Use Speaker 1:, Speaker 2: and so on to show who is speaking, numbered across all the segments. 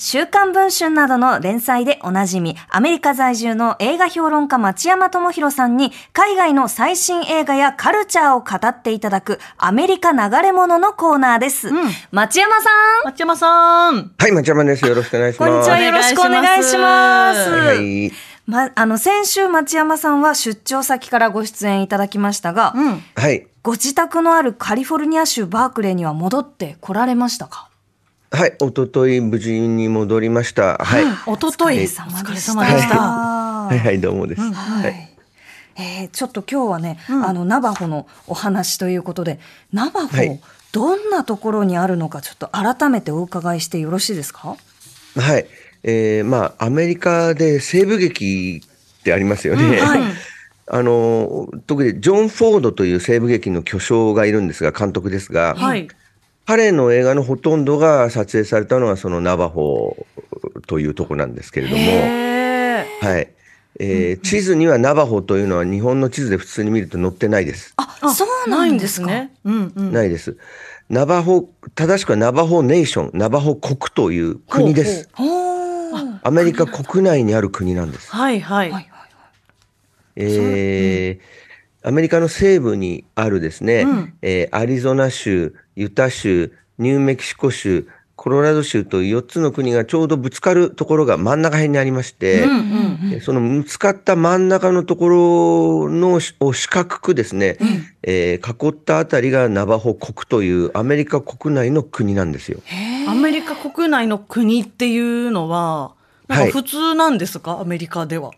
Speaker 1: 週刊文春などの連載でおなじみ、アメリカ在住の映画評論家町山智博さんに、海外の最新映画やカルチャーを語っていただく、アメリカ流れ物のコーナーです。
Speaker 2: ん
Speaker 1: 町山さん、
Speaker 2: 松山さん。
Speaker 3: はい、町山です。よろしくお願いします。
Speaker 1: こんにちは。よろしくお願いします。
Speaker 3: はいはい。
Speaker 1: ま、あの、先週町山さんは出張先からご出演いただきましたが、
Speaker 2: うん。
Speaker 3: はい。
Speaker 1: ご自宅のあるカリフォルニア州バークレーには戻ってこられましたか
Speaker 3: はい、おととい無事に戻りました。はい。
Speaker 2: おととい。
Speaker 1: お
Speaker 2: お
Speaker 1: 疲
Speaker 2: 疲
Speaker 1: れ
Speaker 2: れ
Speaker 1: 様
Speaker 2: 様
Speaker 1: で
Speaker 2: で
Speaker 1: し。
Speaker 2: したた。
Speaker 3: はいはい、どうもです。
Speaker 1: はい。えーちょっと今日はね、あの、ナバホのお話ということで、ナバホ、
Speaker 3: はい
Speaker 1: どんなところにあるのか、ちょっと改めてお伺いしてよろしいですか
Speaker 3: はい。えー、まあ、アメリカで西部劇ってありますよね。
Speaker 1: はい
Speaker 3: あの、特にジョン・フォードという西部劇の巨匠がいるんですが、監督ですが、
Speaker 2: はい。
Speaker 3: 彼の映画のほとんどが撮影されたのはそのナバホというとこなんですけれども、
Speaker 2: え
Speaker 3: はい。えー地図にはナバホというのは日本の地図で普通に見ると載ってないです。
Speaker 1: あ、そうなんですか。
Speaker 2: ね。うんうん。
Speaker 3: ないです。ナバホ、正しくはナバホネーション、ナバホ国という国です。
Speaker 1: ほーはい
Speaker 3: アメリカ国内にある国なんです。
Speaker 2: はいはい。
Speaker 1: はいはい。
Speaker 3: えーアメリカの西部にあるですね、
Speaker 2: うん
Speaker 3: えーアリゾナ州、ユタ州、ニューメキシコ州、コロラド州という4つの国がちょうどぶつかるところが真ん中辺にありまして、
Speaker 2: うんう
Speaker 1: う
Speaker 2: ん。
Speaker 1: んうん
Speaker 3: えーそのぶつかった真ん中のところのしを四角くですね、えー囲ったあたりがナバホ国というアメリカ国内の国なんですよ。
Speaker 1: へー
Speaker 2: アメリカ国内の国っていうのは、なん
Speaker 3: はい
Speaker 2: か普通なんですか、アメリカでは。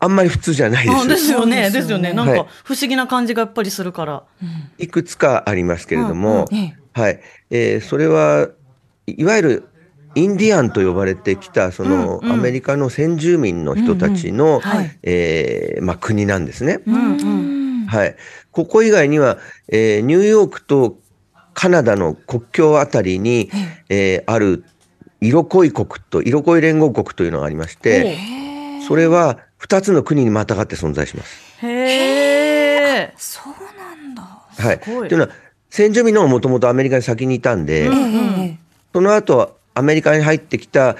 Speaker 3: あんまり普通じゃないで
Speaker 2: あ
Speaker 3: す。
Speaker 2: ですよね、
Speaker 1: そうですよ
Speaker 2: で
Speaker 1: ね
Speaker 2: すよね。なん
Speaker 3: はい
Speaker 2: か不思議な感じがやっぱりするから。
Speaker 3: いくつかありますけれども、
Speaker 1: うんうんえ
Speaker 3: はい、えーそれはいいわゆるインディアンと呼ばれてきたその、
Speaker 2: うんうん
Speaker 3: アメリカの先住民の人たちの、
Speaker 2: はい
Speaker 3: えーまあ、国なんですね、
Speaker 2: うん
Speaker 1: う
Speaker 2: うん。
Speaker 1: ん
Speaker 3: はい。ここ以外には、えーニューヨークとカナダの国境あたりに、えーあるイロコイ国とイロコイ連合国というのがありまして、
Speaker 1: へー
Speaker 3: それは2つの国にまたがって存在します。
Speaker 2: へえ。
Speaker 1: そうなんだ。
Speaker 3: はい。と
Speaker 2: すごい
Speaker 3: いうのは、先住民の方もともとアメリカに先にいたん
Speaker 1: え
Speaker 3: で、
Speaker 1: え
Speaker 2: んうん
Speaker 1: ええ
Speaker 3: その後、アメリカに入ってきた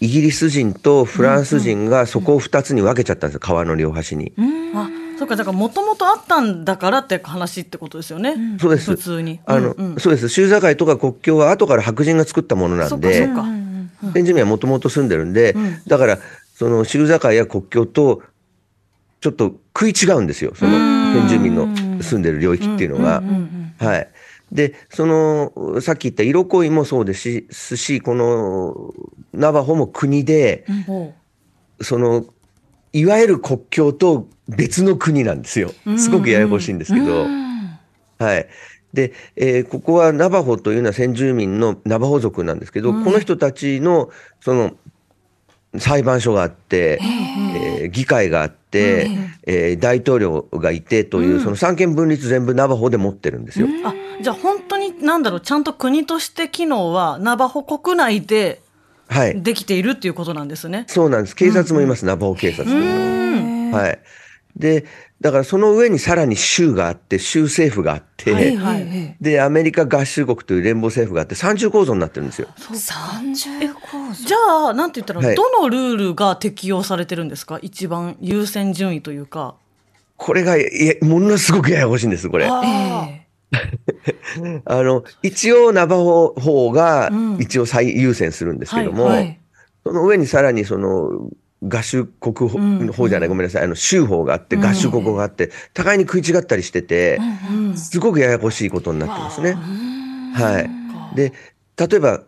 Speaker 3: イギリス人とフランス人がそこを2つに分けちゃったんですよ、川の両端に。
Speaker 1: うん
Speaker 2: あ、そっか、だからもともとあったんだからって話ってことですよね。
Speaker 3: そうです
Speaker 2: 普。通に。
Speaker 3: あの、
Speaker 2: うんうん
Speaker 3: そうです。州境とか国境は後から白人が作ったものなん
Speaker 2: そ
Speaker 3: で
Speaker 2: っ、か
Speaker 1: うんうん
Speaker 3: 先住民はもともと住んでるんで、
Speaker 2: うん
Speaker 3: だから、その州境や国境と、ちょっと食い違うんですよ、その
Speaker 2: うん
Speaker 3: 先住民の住んでる領域っていうのが。
Speaker 1: うんうん
Speaker 3: はい。で、その、さっき言った色恋もそうですし、この、ナバホも国で、
Speaker 2: ほ
Speaker 3: その、いわゆる国境と別の国なんですよ。すごくややこしいんですけど。はい。で、えーここはナバホというのは先住民のナバホ族なんですけど、この人たちの、その、裁判所があって、えー議会があって、えー大統領がいてという、その三権分立全部ナバホで持ってるんですよ。
Speaker 2: うあ、じゃあ本当になんだろう、ちゃんと国として機能はナバホ国内で
Speaker 3: はい。
Speaker 2: できているっていうことなんですね。
Speaker 3: そうなんです。警察もいます、ナバホ警察という
Speaker 1: うん
Speaker 3: のは。はい。で、だからその上にさらに州があって、州政府があって、
Speaker 2: は
Speaker 1: ええ
Speaker 2: いはい
Speaker 1: ええ
Speaker 3: で、アメリカ合衆国という連邦政府があって、三重構造になってるんですよ。
Speaker 1: 三重構造
Speaker 2: じゃあ、なんて言ったら、
Speaker 3: はい
Speaker 2: どのルールが適用されてるんですか一番優先順位というか。
Speaker 3: これが、いえものすごくややこしいんです、これ。あ
Speaker 2: あ
Speaker 1: え
Speaker 3: の、一応ナバホ法が
Speaker 2: うん
Speaker 3: 一応最優先するんですけども、
Speaker 2: は
Speaker 1: え
Speaker 2: い
Speaker 3: その上にさらにその、合衆国法,、
Speaker 2: うん
Speaker 3: じゃない、ごめんなさい、あの、州法があって、合衆国法があって、互いに食い違ったりしてて、
Speaker 2: ーうん
Speaker 3: すごくややこしいことになってますね。はい。で例えば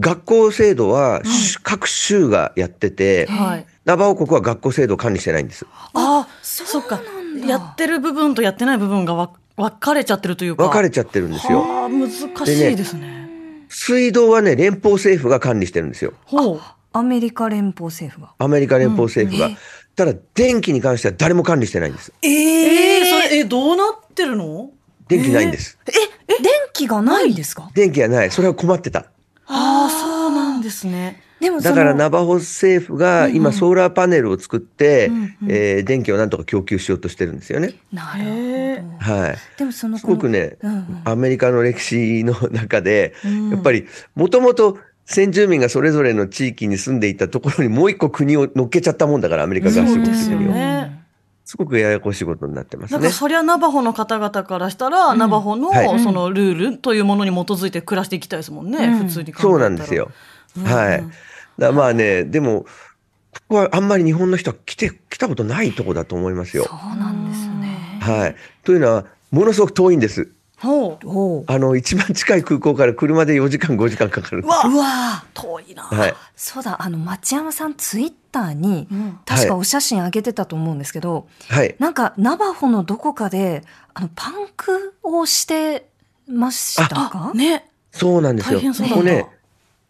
Speaker 3: 学校制度は、し各州がやってて、
Speaker 2: はい。
Speaker 3: ナバオ国は学校制度を管理してないんです。
Speaker 2: あ、そっか。やってる部分とやってない部分がわ分かれちゃってるというか。
Speaker 3: 分かれちゃってるんですよ。
Speaker 2: ああ、難しいですね。
Speaker 3: 水道はね連邦政府が管理してるんですよ。
Speaker 2: ほう。
Speaker 1: アメリカ連邦政府が。
Speaker 3: アメリカ連邦政府が。ただ電気に関しては誰も管理してないんです。
Speaker 1: え
Speaker 2: ええそ
Speaker 1: え
Speaker 2: れ、え、どうなってるの
Speaker 3: 電気ないんです。
Speaker 1: 電気がないんですか
Speaker 3: 電気がない。それは困ってた。
Speaker 2: ああ、そうなんですね。
Speaker 1: でもそ
Speaker 3: だ
Speaker 1: の
Speaker 3: からナバホ政府が今ソーラーパネルを作って、
Speaker 2: うんうん
Speaker 3: えー電気をなんとか供給しようとしてるんですよね。
Speaker 1: な
Speaker 2: へ
Speaker 1: る
Speaker 2: え
Speaker 1: ほど。
Speaker 3: はい。
Speaker 1: でもその
Speaker 3: すごくね、
Speaker 1: うんうん
Speaker 3: アメリカの歴史の中で、
Speaker 2: うん
Speaker 3: やっぱりもともと先住民がそれぞれの地域に住んでいたところにもう一個国を乗っけちゃったもんだから、アメリカ合
Speaker 2: そう
Speaker 3: 衆国
Speaker 2: で
Speaker 3: 的
Speaker 2: すよ
Speaker 3: には。
Speaker 2: ね。
Speaker 3: すごくややこしいことになってま
Speaker 2: な
Speaker 3: す
Speaker 2: んか
Speaker 3: ね。
Speaker 2: そりゃナバホの方々からしたら、ナバホの
Speaker 3: はい
Speaker 2: そのルールというものに基づいて暮らしていきたいですもんね、
Speaker 1: うん
Speaker 2: 普通に考えたら。
Speaker 3: そうなんですよ。
Speaker 2: うん。
Speaker 3: はい。だからまあね、でも、ここはあんまり日本の人は来て、来たことないとこだと思いますよ。
Speaker 1: そうなんですね。
Speaker 3: はい。というのは、ものすごく遠いんです。
Speaker 2: ほ
Speaker 1: おう
Speaker 3: あの、一番近い空港から車で4時間、5時間かかるん
Speaker 2: う。
Speaker 3: で
Speaker 2: うわ
Speaker 1: うわ
Speaker 2: あ遠いな。
Speaker 3: す。はい。
Speaker 1: そうだ、あの、町山さんツイッターに
Speaker 2: う、ん
Speaker 1: 確かお写真あげてたと思うんですけど、
Speaker 3: はい。
Speaker 1: なんか、ナバホのどこかで、あの、パンクをしてましたか
Speaker 2: あ、ね。
Speaker 3: そうなんですよ。
Speaker 2: 大変そう
Speaker 3: こ
Speaker 2: だ
Speaker 3: こね、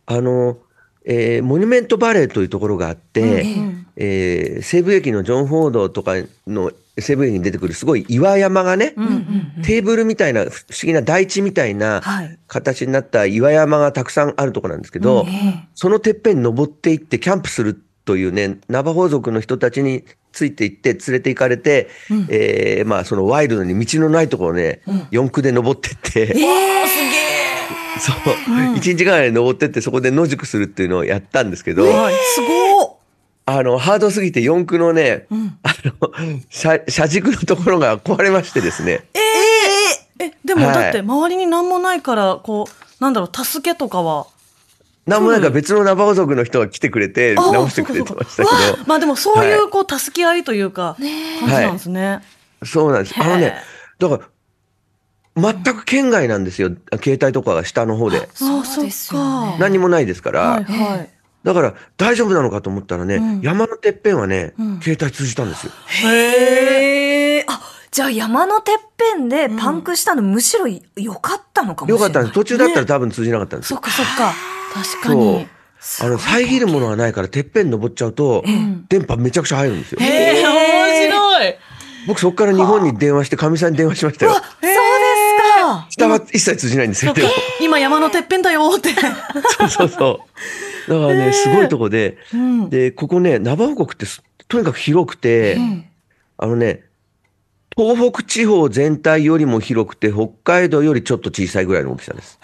Speaker 3: あの、えーモニュメントバレーというところがあって、
Speaker 1: うん
Speaker 2: うん
Speaker 3: えー西部駅のジョン・フォードとかの西部駅に出てくるすごい岩山がね、
Speaker 2: う
Speaker 1: うんうん
Speaker 2: ん。
Speaker 1: うん
Speaker 3: テーブルみたいな不思議な台地みたいな
Speaker 1: はい。
Speaker 3: 形になった岩山がたくさんあるところなんですけど、
Speaker 1: ええ
Speaker 3: そのてっぺんに登っていってキャンプするというね、ナバホ族の人たちについていって連れて行かれて、えーまあそのワイルドに道のないところをね、四駆で登ってって、
Speaker 1: ええ
Speaker 3: そう、一日間で登ってってそこで野宿するっていうのをやったんですけど、
Speaker 2: はい。すごっ
Speaker 3: あの、ハードすぎて四駆のね、あの、車、車軸のところが壊れましてですね。
Speaker 2: えええでも
Speaker 3: はい
Speaker 2: だって周りに何もないからこうなんだろう助けとかは
Speaker 3: なんもなんか別のナバホ族の人が来てくれて、
Speaker 2: あ
Speaker 3: 直してくれてまし
Speaker 2: そ
Speaker 3: たけ
Speaker 2: うかそうかわあまあでもそうい
Speaker 3: は
Speaker 2: うこう助け合いというか
Speaker 1: ね
Speaker 2: 感じなんですね。
Speaker 3: ど、そうなんです。あのね、だから、全く県外なんですよ。携帯とかが下の方で。
Speaker 1: そう
Speaker 2: あ
Speaker 1: そうですよね
Speaker 2: そっか
Speaker 3: 何もないですから。
Speaker 2: はいはい。
Speaker 3: だから、大丈夫なのかと思ったらね、
Speaker 2: うん
Speaker 3: 山のてっぺんはね、
Speaker 2: うん
Speaker 3: 携帯通じたんですよ。
Speaker 1: へえ。あ、じゃあ山のてっぺんでパンクしたの、むしろ良かったのかもしれな
Speaker 3: よか
Speaker 1: い。
Speaker 3: ったんです。途中だったら多分通じなかったんです
Speaker 2: そっ
Speaker 3: よ。
Speaker 2: かそっか確か
Speaker 3: そう
Speaker 2: に。
Speaker 1: す
Speaker 3: あ
Speaker 1: ごい
Speaker 3: の、遮るものがないから、てっぺん登っちゃうと、
Speaker 2: ん
Speaker 3: 電波めちゃくちゃ入るんですよ。
Speaker 2: へえ面白い。
Speaker 3: 僕そこから日本に電話して、かみさんに電話しましたよ。
Speaker 2: そうですか。
Speaker 3: 下は一切通じないんですよ。でも
Speaker 2: 今山のてっぺんだよって。
Speaker 3: そうそう そう。だからね、すごいとこで、
Speaker 2: うん
Speaker 3: で、ここね、ナバホ国ってすとにかく広くて、
Speaker 1: ん
Speaker 3: あのね、東北地方全体よりも広くて、北海道よりちょっと小さいぐらいの大きさです。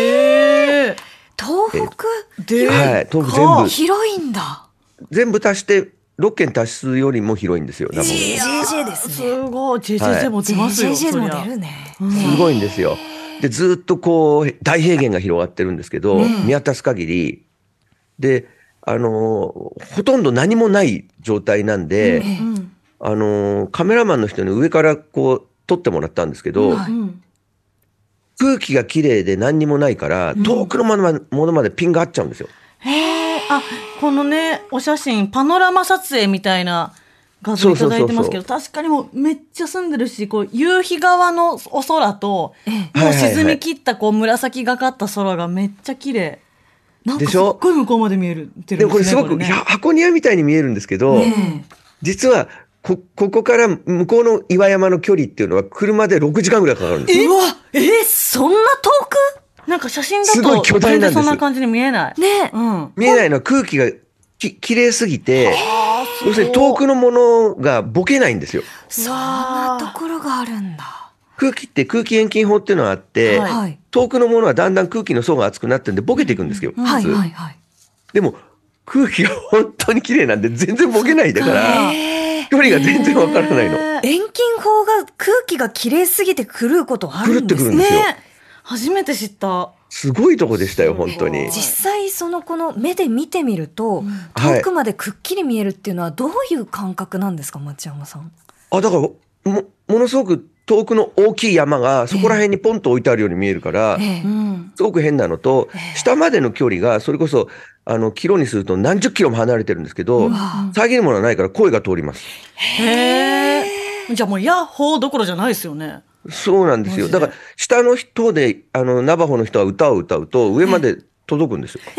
Speaker 2: へえ。
Speaker 1: 東北
Speaker 2: で
Speaker 3: はい、東北全部
Speaker 1: 広いんだ。
Speaker 3: 全部足して、6県足すよりも広いんですよ、多分。す
Speaker 1: JJ ですね。
Speaker 2: すごい JJJ も出ますよ。
Speaker 1: JJ
Speaker 2: そ
Speaker 1: も
Speaker 2: りゃ
Speaker 1: 出るね。
Speaker 3: ごいんですよ。で、ずっとこう、大平原が広がってるんですけど、見渡す限り、で、あのーほとんど何もない状態なんで、
Speaker 2: うん
Speaker 3: あのーカメラマンの人に上からこう、撮ってもらったんですけど、
Speaker 1: はい
Speaker 2: うん
Speaker 3: 空気が綺麗で何にもないから、遠くのものまでものまでピンが合っちゃうんですよ。
Speaker 2: へえ。あ、このね、お写真、パノラマ撮影みたいな画像いただいてますけど、確かにもうめっちゃ澄んでるし、こう、夕日側のお空と、
Speaker 1: え
Speaker 2: も
Speaker 3: は
Speaker 2: う
Speaker 3: いはいはい
Speaker 2: 沈み切ったこう、紫がかった空がめっちゃ綺麗。なんか
Speaker 3: でし
Speaker 2: すっ
Speaker 3: ょ
Speaker 2: ごい向こうまで見えるってる
Speaker 3: でもこれすごく、
Speaker 2: ね
Speaker 3: いや箱庭みたいに見えるんですけど、
Speaker 1: ね
Speaker 3: 実はこ、ここから向こうの岩山の距離っていうのは車で6時間ぐらいかかるんですよ
Speaker 1: えうわ、えそんな遠く
Speaker 2: なんか写真
Speaker 3: すご
Speaker 2: だ
Speaker 3: い
Speaker 2: と
Speaker 3: 巨
Speaker 2: 全
Speaker 3: 大なんで
Speaker 2: 然
Speaker 3: す
Speaker 2: そんな感じに見えない。
Speaker 1: ね
Speaker 2: うん。あ
Speaker 3: 見えないのは空気がき綺麗すぎて、要するに遠くのものがボケないんですよ。
Speaker 1: そんなところがあるんだ。
Speaker 3: 空気って空気遠近法っていうのがあって、
Speaker 2: はい
Speaker 1: はい。
Speaker 3: 遠くのものはだんだん空気の層が厚くなってんでボケていくんですけど、
Speaker 1: はい
Speaker 3: 普通
Speaker 1: はいはい。
Speaker 3: でも空気が本当に綺麗なんで全然ボケないだから、
Speaker 1: ええ
Speaker 3: 距離が全然わからないの。
Speaker 1: 遠近法が空気が綺麗すぎて狂うことあるんです
Speaker 3: 狂ってくるん
Speaker 1: ね
Speaker 3: で
Speaker 2: ね
Speaker 3: すよ
Speaker 2: 初めて知った。
Speaker 3: すごいとこでしたよ、本当に
Speaker 2: すご
Speaker 1: 実
Speaker 2: い。
Speaker 1: 際そのこの目で見てみると、
Speaker 3: はい
Speaker 1: 遠くまでくっきり見えるっていうのはどういう感覚なんですか町山さん。
Speaker 3: あ、だから、も、ものすごく遠くの大きい山がそこら辺にポンと置いてあるように見えるから、
Speaker 1: ええ
Speaker 2: ん。
Speaker 3: すごく変なのと
Speaker 1: え、え
Speaker 3: 下までの距離が、それこそ、あの、キロにすると何十キロも離れてるんですけど
Speaker 1: うわ、
Speaker 3: 遮るものはないから声が通ります。
Speaker 2: へえ。じゃあもう、ヤッホーどころじゃないですよね。
Speaker 3: そうなんです
Speaker 2: マ
Speaker 3: よ。
Speaker 2: ジ
Speaker 3: だ
Speaker 2: で
Speaker 3: から、下の人で、あの、ナバホの人は歌を歌うと、上まで届くんですよ。
Speaker 2: なん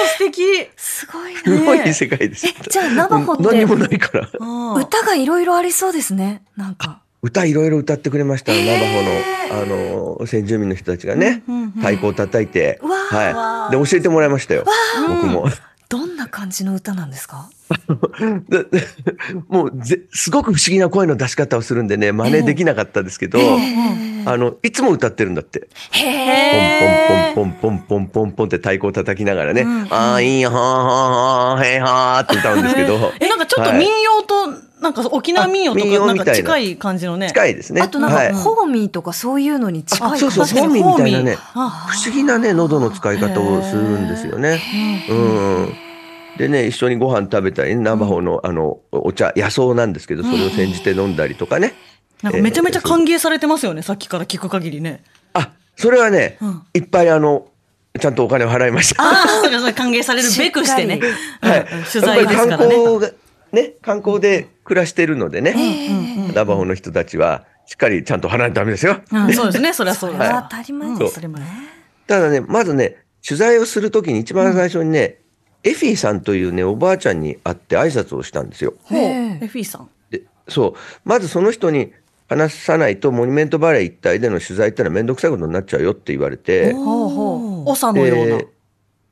Speaker 2: か素敵。
Speaker 1: すごい
Speaker 3: すご
Speaker 1: ね。
Speaker 3: い世界です。
Speaker 1: えじゃあナバホって
Speaker 3: 何にもないから。
Speaker 2: うん、
Speaker 1: 歌がいろいろありそうですね。なんか。
Speaker 3: 歌いろいろ歌ってくれました、ナバホの、あの、先住民の人たちがね、太鼓を叩いて、
Speaker 1: わー
Speaker 3: はい。で、教えてもらいましたよ。僕も。
Speaker 1: どんな感じの歌なんですか
Speaker 3: だだもうぜすごく不思議な声の出し方をするんでね真似できなかったですけど、あのいつも歌ってるんだって。
Speaker 1: へ
Speaker 3: ポンポンポンポンポンポンポンって太鼓を叩きながらね、あーいいよはーはーはーへーはーって歌うんですけど
Speaker 2: え、なんかちょっと民謡と、なんか沖縄民謡と
Speaker 3: あ民
Speaker 2: か、
Speaker 3: 謡
Speaker 2: なん
Speaker 3: み
Speaker 2: か
Speaker 3: たいな
Speaker 2: 近い感じのね。
Speaker 3: 近いですね。
Speaker 1: あとなん
Speaker 3: は
Speaker 1: か、
Speaker 3: い、
Speaker 1: ホーミーとかそういうのに近い感
Speaker 3: あ
Speaker 1: じ
Speaker 3: そうそう、
Speaker 2: 確か
Speaker 3: ホー
Speaker 2: に
Speaker 3: ミーみたいなね、
Speaker 2: あ
Speaker 3: 不思議なね、喉の使い方をするんですよね。うん。でね、一緒にご飯食べたり、ナバホの、あの、お茶、野草なんですけど、それを煎じて飲んだりとかね。
Speaker 2: なんかめちゃめちゃ歓迎されてますよね、さっきから聞く限りね。
Speaker 3: あ、それはね
Speaker 2: うん、
Speaker 3: いっぱいあの、ちゃんとお金を払いました。
Speaker 2: ああ、そうかそうか歓迎されるべくしてね。
Speaker 1: しっ
Speaker 2: うん
Speaker 3: は
Speaker 2: うん
Speaker 3: い。
Speaker 2: 取材ですから
Speaker 3: やっぱり
Speaker 2: ね。
Speaker 3: 観光が、ね、観光で暮らしてるのでね、ナバホの人たちは、しっかりちゃんと払わないとダメですよ。
Speaker 2: うん、そうですね、それはそう
Speaker 1: それ
Speaker 2: だ。
Speaker 1: は当たり前
Speaker 2: うん
Speaker 1: で
Speaker 2: 当
Speaker 1: す
Speaker 2: たり前。
Speaker 3: ただね、まずね、取材をするときに一番最初にね、エフィーさんというね、おばあちゃんに会って挨拶をしたんですよ。
Speaker 2: ほう、
Speaker 1: へえ
Speaker 2: エフィーさん。
Speaker 3: でそう。まずその人に話さないと、モニュメントバレー一帯での取材ってのはめんどくさいことになっちゃうよって言われて、
Speaker 2: ほうほう。長のような。
Speaker 3: で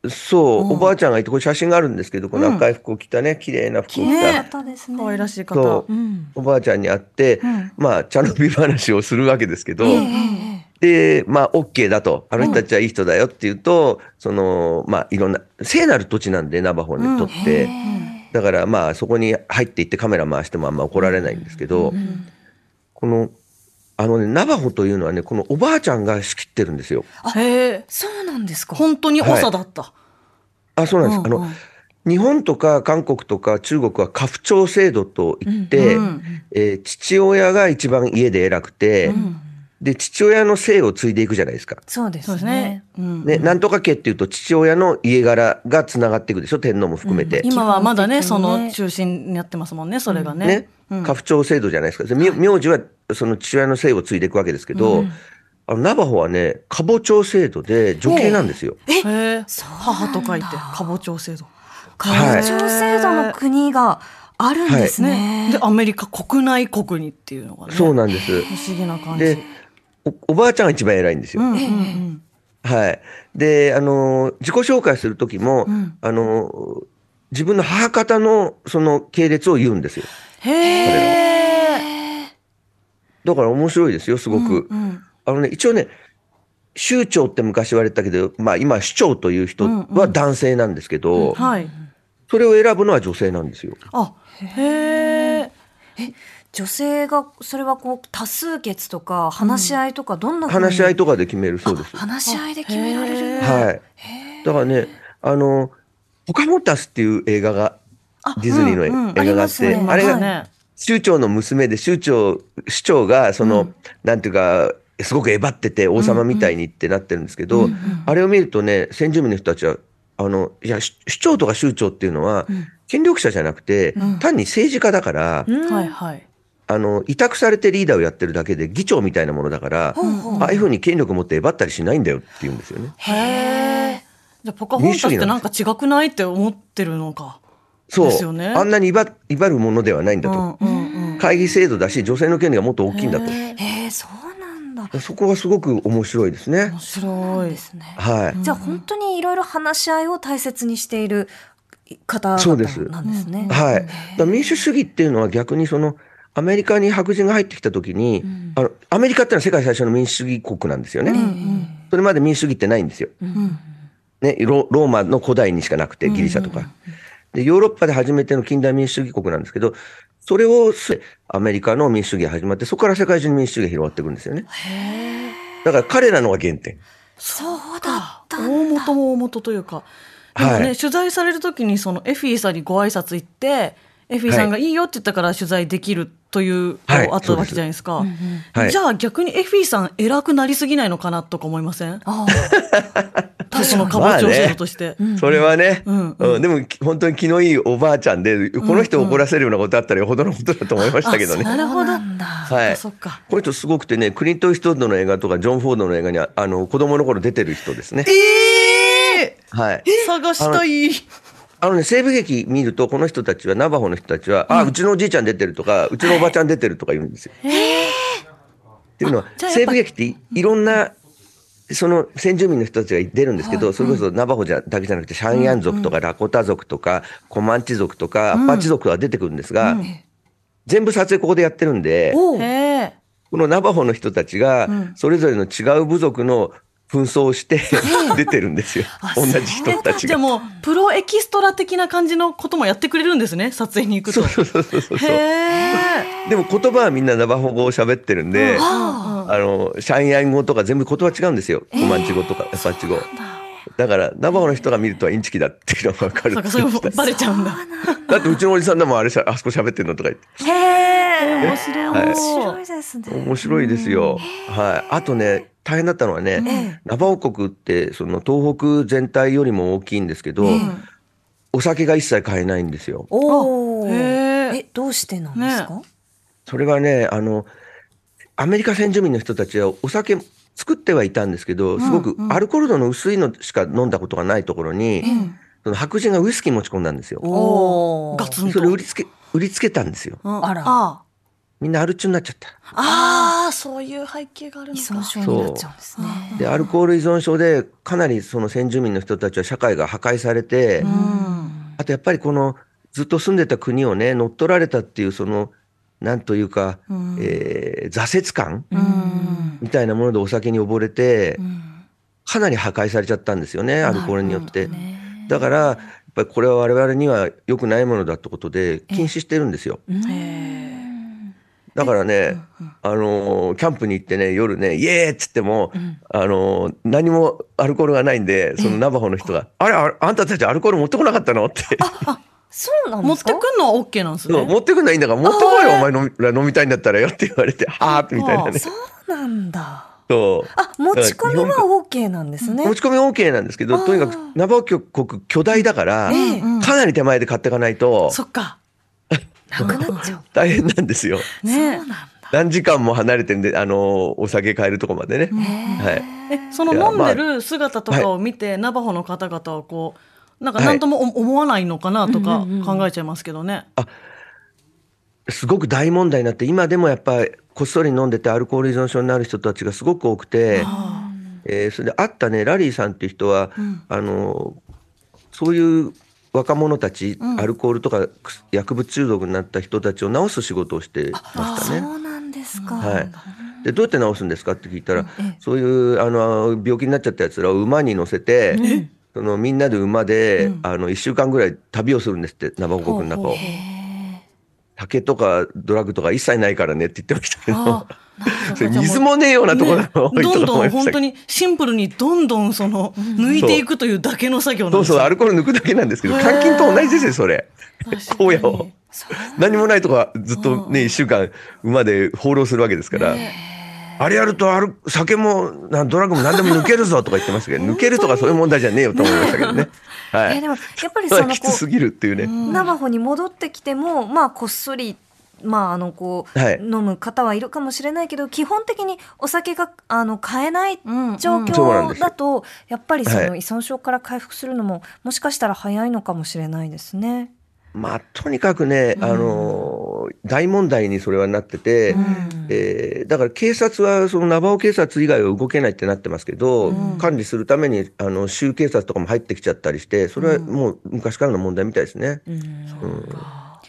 Speaker 3: そう、おばあちゃんがいて、これ写真があるんですけど、この赤い服を着たね、綺麗な服を着
Speaker 2: ね
Speaker 3: た
Speaker 1: よかったですね
Speaker 2: 可愛らしい方。
Speaker 3: そう
Speaker 2: うん。
Speaker 3: おばあちゃんに会って、まあ、茶飲み話をするわけですけど、で、まあ、OK だと、あの人たちはいい人だよっていうと、その、まあ、いろんな、聖なる土地なんで、ナバホにとって、だからまあ、そこに入っていってカメラ回してもあんま怒られないんですけど、この、あのね、ナバホというのはね、このおばあちゃんが仕切ってるんですよ。
Speaker 2: へえ。
Speaker 1: そうなんですか
Speaker 2: 本当に長だった。
Speaker 3: あ、そうなんです。
Speaker 2: うんうん
Speaker 3: あの、日本とか韓国とか中国は家父長制度といって、
Speaker 2: うんうん
Speaker 3: えー父親が一番家で偉くて、で、父親の姓を継いでいくじゃないですか。
Speaker 1: そうで
Speaker 2: そうで
Speaker 1: す
Speaker 2: すね
Speaker 1: ね。
Speaker 2: うん。
Speaker 3: ね、なんとか家っていうと父親の家柄が繋がっていくでしょ、天皇も含めて。
Speaker 2: 今はまだね、
Speaker 1: 基
Speaker 2: そ
Speaker 1: 本的にね
Speaker 2: の中心になってますもんね、それがね。
Speaker 3: ね、
Speaker 2: うん
Speaker 3: 家父長制度じゃないですか。で名名字はその父親の姓を継いでいくわけですけど、あの、ナバホはね、家母長制度で女系なんですよ。
Speaker 2: へえ。母と書いて、かぼちょう制度。
Speaker 1: 家長制度の国があるんです
Speaker 2: ね。
Speaker 1: ね。
Speaker 2: で、アメリカ国内国にっていうのがね。
Speaker 3: そうなんです。
Speaker 2: 不思議な感じ。
Speaker 3: でお、おばあちゃんが一番偉いんですよ。
Speaker 2: うんうんうん。
Speaker 3: はい。で、あのー、自己紹介するときも、あのー、自分の母方のその系列を言うんですよ。
Speaker 2: へえ。
Speaker 3: だから面白いですよ、すごく。
Speaker 2: うん
Speaker 3: あのね、一応ね、州長って昔言われたけど、まあ今、市長という人は男性なんですけど、
Speaker 2: はい。
Speaker 3: それを選ぶのは女性なんですよ。
Speaker 2: あ、へえ。
Speaker 1: 女性がそれはこう多数決とか話し合いとかどんな風に
Speaker 3: 話し合いとかで決めるそうです。
Speaker 1: 話し合いで決められる。
Speaker 3: はい。だからね、あの、ポカモンタスっていう映画が、ディズニーの
Speaker 2: うんうん
Speaker 3: 映画があって、
Speaker 1: ありますね
Speaker 3: あれ
Speaker 1: は
Speaker 3: が、
Speaker 1: い
Speaker 2: ね。
Speaker 3: 州長の娘で州長、市長が、その、なんていうか、すごくえばってて、王様みたいにってなってるんですけど、あれを見るとね、先住民の人たちは、あの、いや、し市長とか州長っていうのは、権力者じゃなくて、単に政治家だから、
Speaker 2: はいはい。
Speaker 3: あの、委託されてリーダーをやってるだけで、議長みたいなものだから、ああいうふうに権力持ってえばったりしないんだよって言うんですよね。
Speaker 2: へえ。じゃあポカホンタスってなんか違くないって思ってるのか。
Speaker 3: そう。
Speaker 2: ですよね
Speaker 3: あんなに威張威張るものではないんだ
Speaker 2: う
Speaker 3: と。
Speaker 2: んうんうん。
Speaker 3: 会議制度だし、女性の権利がもっと大きいんだと。
Speaker 1: へえ、そうなんだ。
Speaker 3: そこはすごく面白いですね
Speaker 2: 面。白い
Speaker 1: で
Speaker 2: です
Speaker 1: ね。
Speaker 3: はい。
Speaker 1: じゃあ本当にいろいろ話し合いを大切にしている方々
Speaker 3: そうです
Speaker 1: なんですね。
Speaker 3: はい。だから民主主義っていうのは逆にその、アメリカに白人が入ってきたときに、あの、アメリカってのは世界最初の民主主義国なんですよね。それまで民主主義ってないんですよ。ね、ロローマの古代にしかなくて、ギリシャとか。で、ヨーロッパで初めての近代民主主義国なんですけど、それをすアメリカの民主主義が始まって、そこから世界中に民主主義が広がっていくんですよね。だから彼らのが原点。
Speaker 1: そうだった
Speaker 2: 大元も大元というか。でもね、
Speaker 3: はい
Speaker 2: 取材されるときにそのエフィーさんにご挨拶行って、エフィーさんがいいよって言ったから取材できるというの
Speaker 3: はい
Speaker 2: あったわけじゃないですか。
Speaker 3: はい
Speaker 2: じゃあ逆にエフィーさん偉くなりすぎないのかなとか思いません
Speaker 1: あ
Speaker 2: そのカボチョ制度として。
Speaker 3: それはね、うんんでもき本当に気のいいおばあちゃんで、この人を怒らせるようなことあったらよほどのことだと思いましたけどね。
Speaker 1: あ、
Speaker 2: なるほど
Speaker 1: そうなんだ。
Speaker 3: はい。
Speaker 2: そっか
Speaker 3: この人すごくてね、クリント・イーストウッドの映画とか、ジョン・フォードの映画には、あの、子供の頃出てる人ですね。
Speaker 2: ええ
Speaker 3: はい。
Speaker 2: 探したい。
Speaker 3: あのね、西部劇見ると、この人たちは、ナバホの人たちは、あ、うちのおじいちゃん出てるとか、うちのおばちゃん出てるとか言うんですよ。っていうのは、
Speaker 2: じゃあやっ
Speaker 3: 西
Speaker 2: ぱ
Speaker 3: 部劇っていいろんなその先住民の人たちが出るんですけど、それこそナバホじゃだけじゃなくて、シャンヤン族とか、ラコタ族とか、コマンチ族とか、アッパッチ族とか出てくるんですが、全部撮影ここでやってるんで、
Speaker 1: おう
Speaker 2: へえ。
Speaker 3: このナバホの人たちが、それぞれの違う部族の紛争をして 出てるんですよ。同じ人たち
Speaker 2: じゃあ
Speaker 3: が。
Speaker 2: もう、プロエキストラ的な感じのこともやってくれるんですね、撮影に行くと。
Speaker 3: そうそうそうそ
Speaker 2: へ
Speaker 3: うそう。
Speaker 2: え。
Speaker 3: でも言葉はみんなナバホ語を喋ってるんで、
Speaker 2: あ
Speaker 3: あの、シャンヤン語とか全部言葉違うんですよ。コマンチ語とか、アッパッチ語。だから、ナバホの人が見るとインチキだっていうのがわかる
Speaker 2: そう
Speaker 3: って
Speaker 2: か、それ
Speaker 3: 言って
Speaker 2: も
Speaker 3: た
Speaker 2: バレちゃうんだ。
Speaker 3: だってうちのおじさんでもあれしゃ、あそこ喋ってんのとか言って。
Speaker 1: へえ。
Speaker 2: 面白い。
Speaker 1: 面白いですね。
Speaker 3: 面白いですよ。はい。あとね、大変だったのはね、ナバホ国って、その東北全体よりも大きいんですけど、お酒が一切買えないんですよ。
Speaker 1: おお。
Speaker 2: あへえ
Speaker 1: え、どうしてなんですか。
Speaker 3: それはね、あの、アメリカ先住民の人たちはお酒作ってはいたんですけど、すごくアルコール度の薄いのしか飲んだことがないところに、その白人がウイスキー持ち込んだんですよ。
Speaker 1: おお。
Speaker 2: ガツン
Speaker 3: そ
Speaker 2: と
Speaker 3: れ。売りつけ、売りつけたんですよ。
Speaker 2: うん
Speaker 1: あら
Speaker 2: あ
Speaker 3: みんなアル中になっちゃった。
Speaker 2: あー、そういう背景がある
Speaker 1: 依
Speaker 2: の
Speaker 1: 存
Speaker 2: か。
Speaker 1: 症になっちゃうんですね。
Speaker 3: で、アルコール依存症で、かなりその先住民の人たちは社会が破壊されて、
Speaker 2: うん。
Speaker 3: あとやっぱりこの、ずっと住んでた国をね、乗っ取られたっていう、その、なんというか、えー挫折感
Speaker 2: うん。
Speaker 3: みたいなものでお酒に溺れて、かなり破壊されちゃったんですよね、アルコールによって。だから、やっぱりこれは我々には良くないものだってことで、禁止してるんですよ。だからね、あのー、キャンプに行ってね、夜ね、イエーっつっても、あのー、何もアルコールがないんで、そのナバホの人が、あれ、ああんたたちアルコール持ってこなかったのって。
Speaker 1: そうなん
Speaker 2: 持
Speaker 1: で
Speaker 2: っ
Speaker 1: すか。
Speaker 2: てくんのは OK なんです
Speaker 3: そう
Speaker 2: ね。
Speaker 3: 持ってくんないいんだから、持ってこいよ、お前飲み飲みたいんだったらよって言われて、はーってみたいなね。
Speaker 1: そうなんだ。
Speaker 3: そう。
Speaker 1: あ、持ち込みは OK なんですね
Speaker 3: 持。ち込み OK なんですけど、とにかく、ナバホ国巨大だから、かなり手前で買っていかないと、
Speaker 2: そっか。
Speaker 1: なくなっちゃう。
Speaker 3: 大変なんですよ。
Speaker 2: ね
Speaker 3: 何時間も離れてんで、あの、お酒買えるとこまでね。はい。
Speaker 2: えその飲んでる姿とかを見て、ナバホの方々はこうなんか何とも思思わないのかなとか考えちゃいますけどね。
Speaker 3: すごく大問題になって、今でもやっぱり、こっそり飲んでてアルコール依存症になる人たちがすごく多くて、えーそれで会ったね、ラリーさんっていう人は、あの、そういう若者たち、アルコールとかくす薬物中毒になった人たちを治す仕事をしてました
Speaker 1: そ
Speaker 3: ね。
Speaker 1: うなんですか。
Speaker 3: はい。で、どうやって治すんですかって聞いたら、そういう、あの、病気になっちゃった奴らを馬に乗せて、そのみんなで馬で、あの、一週間ぐらい旅をするんですって、ナバホ国の中を。酒とかドラッグとか一切ないからねって言ってま したけど
Speaker 2: あ、ー
Speaker 3: それ水もねえようなところが多い
Speaker 2: ど
Speaker 3: と
Speaker 2: ん
Speaker 3: か
Speaker 2: どん
Speaker 3: 思いまし
Speaker 2: 本
Speaker 3: たけ
Speaker 2: 当
Speaker 3: ど。
Speaker 2: にシンプルにどんどんその抜いていくというだけの作業なん
Speaker 3: そう
Speaker 2: です
Speaker 3: そう、
Speaker 2: よ
Speaker 3: アルコール抜くだけなんですけど、監禁と同じですよ、それ。荒野を。何もないとこずっとね、一週間馬で放浪するわけですから。あれやるとある酒もなドラッグも何でも抜けるぞとか言ってましたけど抜けるとかそういう問題じゃねえよと思いましたけどね。はいい。
Speaker 1: やでもやっぱり
Speaker 3: そ
Speaker 1: そ
Speaker 3: れは
Speaker 1: の
Speaker 3: きつすぎるっていうね。
Speaker 1: ナバホに戻ってきても、まあ、こっそり、まあ、あの、こう、
Speaker 3: はい
Speaker 1: 飲む方はいるかもしれないけど、基本的にお酒が、あの、買えない
Speaker 2: んうん
Speaker 1: 状
Speaker 3: そうなんで
Speaker 1: 況
Speaker 3: す
Speaker 1: だと、やっぱりそ
Speaker 3: はい
Speaker 1: の依存症から回復するのも、もしかしたら早いのかもしれないですね。
Speaker 3: まあとにかくね、あのー大問題にそれはなってて、えーだから警察はそのナバオ警察以外は動けないってなってますけど、管理するためにあの州警察とかも入ってきちゃったりしてそれはもう昔からの問題みたいですね。うん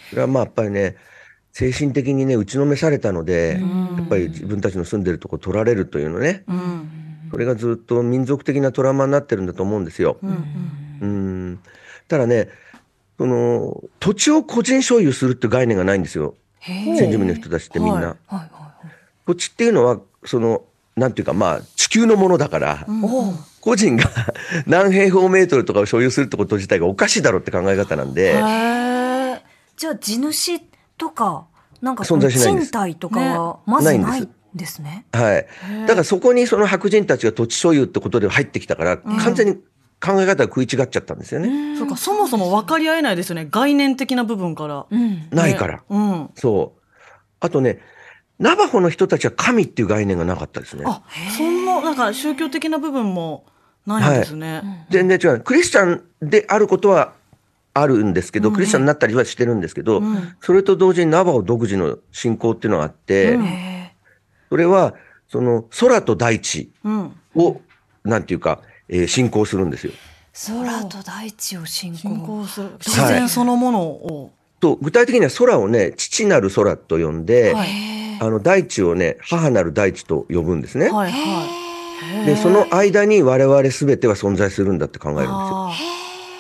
Speaker 3: それはまあやっぱりね精神的にね打ちのめされたので、やっぱり自分たちの住んでるとこ取られるというのね、それがずっと民族的なトラウマになってるんだと思うんですよ。うんただねその土地を個人所有するって概念がないんですよ先住民の人たちってみんな。土地っていうのはそのなんていうかまあ地球のものだから、個人が 何平方メートルとかを所有するってこと自体がおかしいだろうって考え方なんで、
Speaker 2: へ
Speaker 1: じゃあ、地主とか、なんかこう、
Speaker 3: 存在しないんで
Speaker 1: 賃
Speaker 3: す
Speaker 1: 貸とかは、まず
Speaker 3: ないんです
Speaker 1: ないですね。
Speaker 3: はい。だからそこにその白人たちが土地所有ってことで入ってきたから、完全に考え方が食い違っちゃったんですよね。
Speaker 2: えそうかそもそも分かり合えないですよね概念的な部分から。
Speaker 3: ないから。
Speaker 2: うん。
Speaker 3: そう。あとね、ナバホの人たちは神っていう概念がなかったですね。
Speaker 2: あそんななんか宗教的な部分もないんですね。
Speaker 3: 全然違う。クリスチャンであることはあるんですけど、クリスチャンになったりはしてるんですけど、それと同時にナバホ独自の信仰っていうのがあって、それは、その空と大地
Speaker 2: うん。
Speaker 3: をなんていうか、えー信仰するんですよ。
Speaker 1: 空と大地を信仰。
Speaker 2: 進行する自然そのものを、
Speaker 3: と具体的には空をね、父なる空と呼んで、
Speaker 2: はい
Speaker 1: へー
Speaker 3: あの大地をね、母なる大地と呼ぶんですね。
Speaker 2: はいはいへー
Speaker 3: で、その間に我々すべては存在するんだって考えるんですよ。
Speaker 2: あ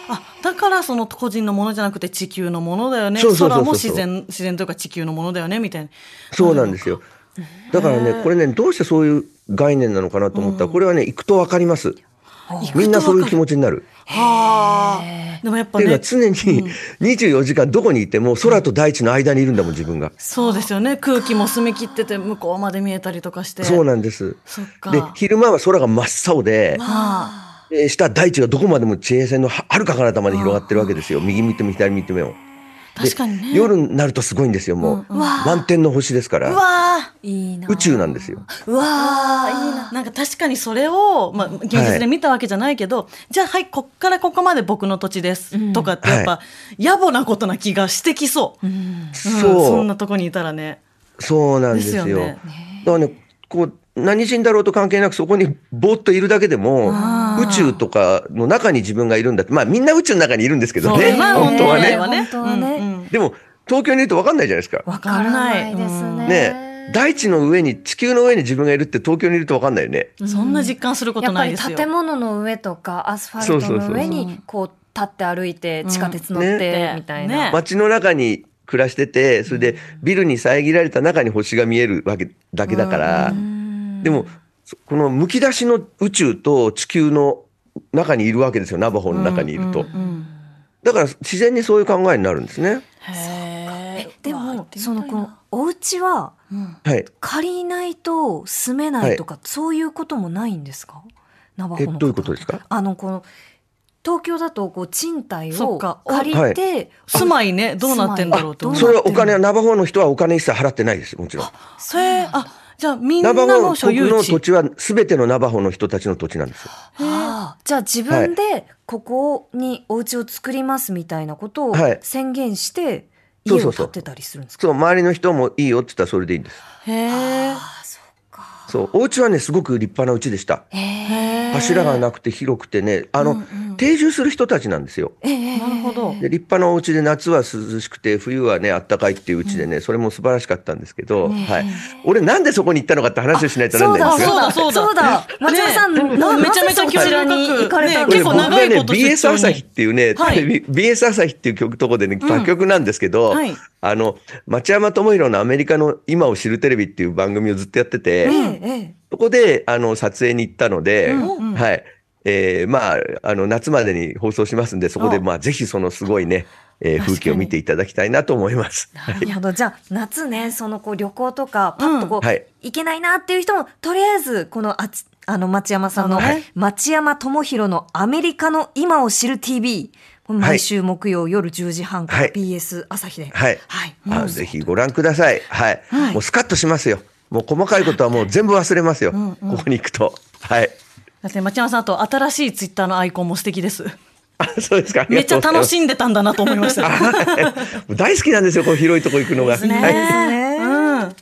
Speaker 2: ーあだからその個人のものじゃなくて地球のものだよね
Speaker 3: そうそうそうそう
Speaker 2: 空も自然自然というか地球のものだよねみたいな
Speaker 3: そうなんですよ。だからね、これね、どうしてそういう概念なのかなと思ったら、これはね、行くとわかります。みんなそういう気持ちになる。
Speaker 2: はあでもやっ
Speaker 3: っ
Speaker 2: ぱ
Speaker 3: ていうの
Speaker 2: ね
Speaker 3: は常に24時間どこにいても空と大地の間にいるんだもん、自分が。
Speaker 2: そうですよね空気も澄み切ってて向こうまで見えたりとかして
Speaker 3: そうなんです。
Speaker 2: そっか
Speaker 3: で、昼間は空が真っ青で、
Speaker 2: はあ
Speaker 3: で下大地がどこまでも地平線のはるか彼方まで広がってるわけですよ。右見ても左見ても。で
Speaker 2: 確かにね
Speaker 3: 夜になるとすごいんですよ、もう。
Speaker 1: うわー
Speaker 3: 満天の星ですから。
Speaker 2: わ
Speaker 1: いいな。
Speaker 3: 宇宙なんですよ。
Speaker 1: うわーいい
Speaker 2: あなんか確かにそれを、まあ、現実で見たわけじゃないけど、じゃあはいこっからここまで僕の土地です、
Speaker 1: うん
Speaker 2: とかってやっぱ、野暮なことな気がしてきそう、うん
Speaker 1: うん
Speaker 3: そ
Speaker 2: んな
Speaker 3: う。
Speaker 2: とこにいたらね
Speaker 3: そうなんですよ。
Speaker 2: ですよね
Speaker 3: だからね、こう、何人だろうと関係なくそこにぼーっといるだけでも、
Speaker 2: あー
Speaker 3: 宇宙とかの中に自分がいるんだって。まあみんな宇宙の中にいるんですけど
Speaker 2: そう
Speaker 3: ね。
Speaker 2: まあ
Speaker 3: 本当はね。
Speaker 1: 本当はね
Speaker 2: うんうん
Speaker 3: でも、東京にいると分かんないじゃないですか。
Speaker 1: わからないですね。
Speaker 3: ねえ大地の上に、地球の上に自分がいるって東京にいると分かんないよね。
Speaker 2: そんな実感するこ
Speaker 1: や
Speaker 2: と
Speaker 1: っ
Speaker 2: な
Speaker 1: ぱ
Speaker 2: い
Speaker 1: り
Speaker 2: ですよ。
Speaker 1: 建物の上とかアスファルトの上
Speaker 2: そうそうそうそ
Speaker 1: に
Speaker 2: う
Speaker 1: こう立って歩いて地下鉄乗っ
Speaker 3: うん
Speaker 1: て
Speaker 2: ね
Speaker 1: みたい
Speaker 2: ね
Speaker 1: な。
Speaker 3: 街の中に暮らしてて、それでビルに遮られた中に星が見えるわけだけだから、でも、そこのむき出しの宇宙と地球の中にいるわけですよ、ナバホの中にいると。
Speaker 2: うん
Speaker 3: だから自然にそういう考えになるんですね。
Speaker 2: へー
Speaker 1: で
Speaker 2: うわ行っ
Speaker 1: も
Speaker 2: てみたいな
Speaker 1: そのこのお家は
Speaker 2: うん
Speaker 3: はい。
Speaker 1: 借りないと住めないとか、そういうこともないんですか？ナバホ
Speaker 3: え、
Speaker 1: の方
Speaker 3: どういうことですか
Speaker 1: あのこの東京だとこう賃貸
Speaker 2: そ
Speaker 1: を
Speaker 2: っか
Speaker 1: 借りて、
Speaker 2: 住まいねどうなってんだろうって思う
Speaker 1: あ
Speaker 3: それは
Speaker 1: どう
Speaker 3: お
Speaker 1: なってる
Speaker 3: 金は、ナバホの人はお金一切払ってないです、もちろん。
Speaker 2: それあじゃあみんな
Speaker 3: ナバ
Speaker 2: の
Speaker 3: ホ
Speaker 2: 所
Speaker 3: 国
Speaker 2: 有
Speaker 3: の
Speaker 2: 地
Speaker 3: 土地は全てのナバホの人たちの土地なんですよ。
Speaker 1: ああじゃあ自分でここにお家を作りますみたいなことを
Speaker 3: はい
Speaker 1: 宣言して
Speaker 3: そ
Speaker 1: 家
Speaker 3: うそ
Speaker 1: を
Speaker 3: うそ
Speaker 1: 建
Speaker 3: う
Speaker 1: てたりするんですか、
Speaker 3: そう、周りの人もいいよって言ったらそれでいいんです。
Speaker 2: へえ
Speaker 1: ああそっか
Speaker 3: そう、お家はね、すごく立派な家でした。
Speaker 1: え
Speaker 3: 柱がなくて広くてね、あの、定住する人たちなんですよ。
Speaker 1: ええ
Speaker 2: なるほど
Speaker 3: で立派なお家で夏は涼しくて冬はねあったかいっていううちでね、それも素晴らしかったんですけど、はい、俺なんでそこに行ったのかって話をしないとなん
Speaker 1: そう
Speaker 3: ない
Speaker 1: だ
Speaker 3: んですよ。
Speaker 1: そう
Speaker 2: そうだ
Speaker 1: だそうだ
Speaker 2: ね
Speaker 1: 松尾さん、
Speaker 2: ね
Speaker 1: な
Speaker 2: めちゃめちゃ
Speaker 1: なぜそちらに
Speaker 2: 興味深く
Speaker 1: 行かれたん
Speaker 2: ね結
Speaker 1: です
Speaker 3: 俺
Speaker 2: 構
Speaker 1: か、
Speaker 3: 僕が
Speaker 2: 長い
Speaker 3: ね
Speaker 2: こと出張
Speaker 3: BS
Speaker 2: に
Speaker 3: 朝日っていうね、
Speaker 2: はい
Speaker 3: テレビ BS 朝日っていう曲とこでね楽曲なんですけど、
Speaker 2: はい
Speaker 3: あの町山智博の「アメリカの今を知るテレビ」っていう番組をずっとやってて、
Speaker 1: えええ
Speaker 3: そこであの撮影に行ったので、はいえーまああの夏までに放送しますんでそこで
Speaker 2: お
Speaker 3: まあぜひそのすごいね、えー
Speaker 2: 確かに
Speaker 3: 風景を見ていただきたいなと思います。
Speaker 1: えなるほどじゃあ夏ねそのこう旅行とかパッとこう、
Speaker 3: うんはい
Speaker 1: 行けないなっていう人もとりあえずこのあつあの町山さんの
Speaker 2: あのね
Speaker 1: 町山智博のアメリカの今を知る TV 毎週木曜夜10時半から
Speaker 3: はい
Speaker 1: BS 朝日で
Speaker 3: はい
Speaker 1: はい
Speaker 3: あぜひご覧ください。はい。
Speaker 2: はい
Speaker 3: もうスカッとしますよ。もう細かいことはもう全部忘れますよ。ここに行くと。はい。
Speaker 2: だって町山さんと新しいツイッターのアイコンも素敵です
Speaker 3: あ、そうですか。あり
Speaker 2: め
Speaker 3: が
Speaker 2: っち
Speaker 3: と
Speaker 2: ゃ
Speaker 3: うございま
Speaker 2: 楽
Speaker 3: す
Speaker 2: しんでたんだなと思いました
Speaker 3: はい大好きなんですよ、こう広いとこ行くのが。
Speaker 2: ね
Speaker 3: はい。
Speaker 1: ね
Speaker 2: うん
Speaker 3: はい。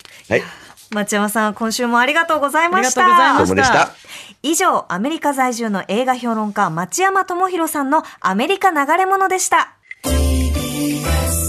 Speaker 1: 町山さん今週もありがとうございました
Speaker 2: ありがとうございました
Speaker 3: どうもでした。
Speaker 1: 以上アメリカ在住の映画評論家町山智博さんのアメリカ流れ物でした
Speaker 4: TBS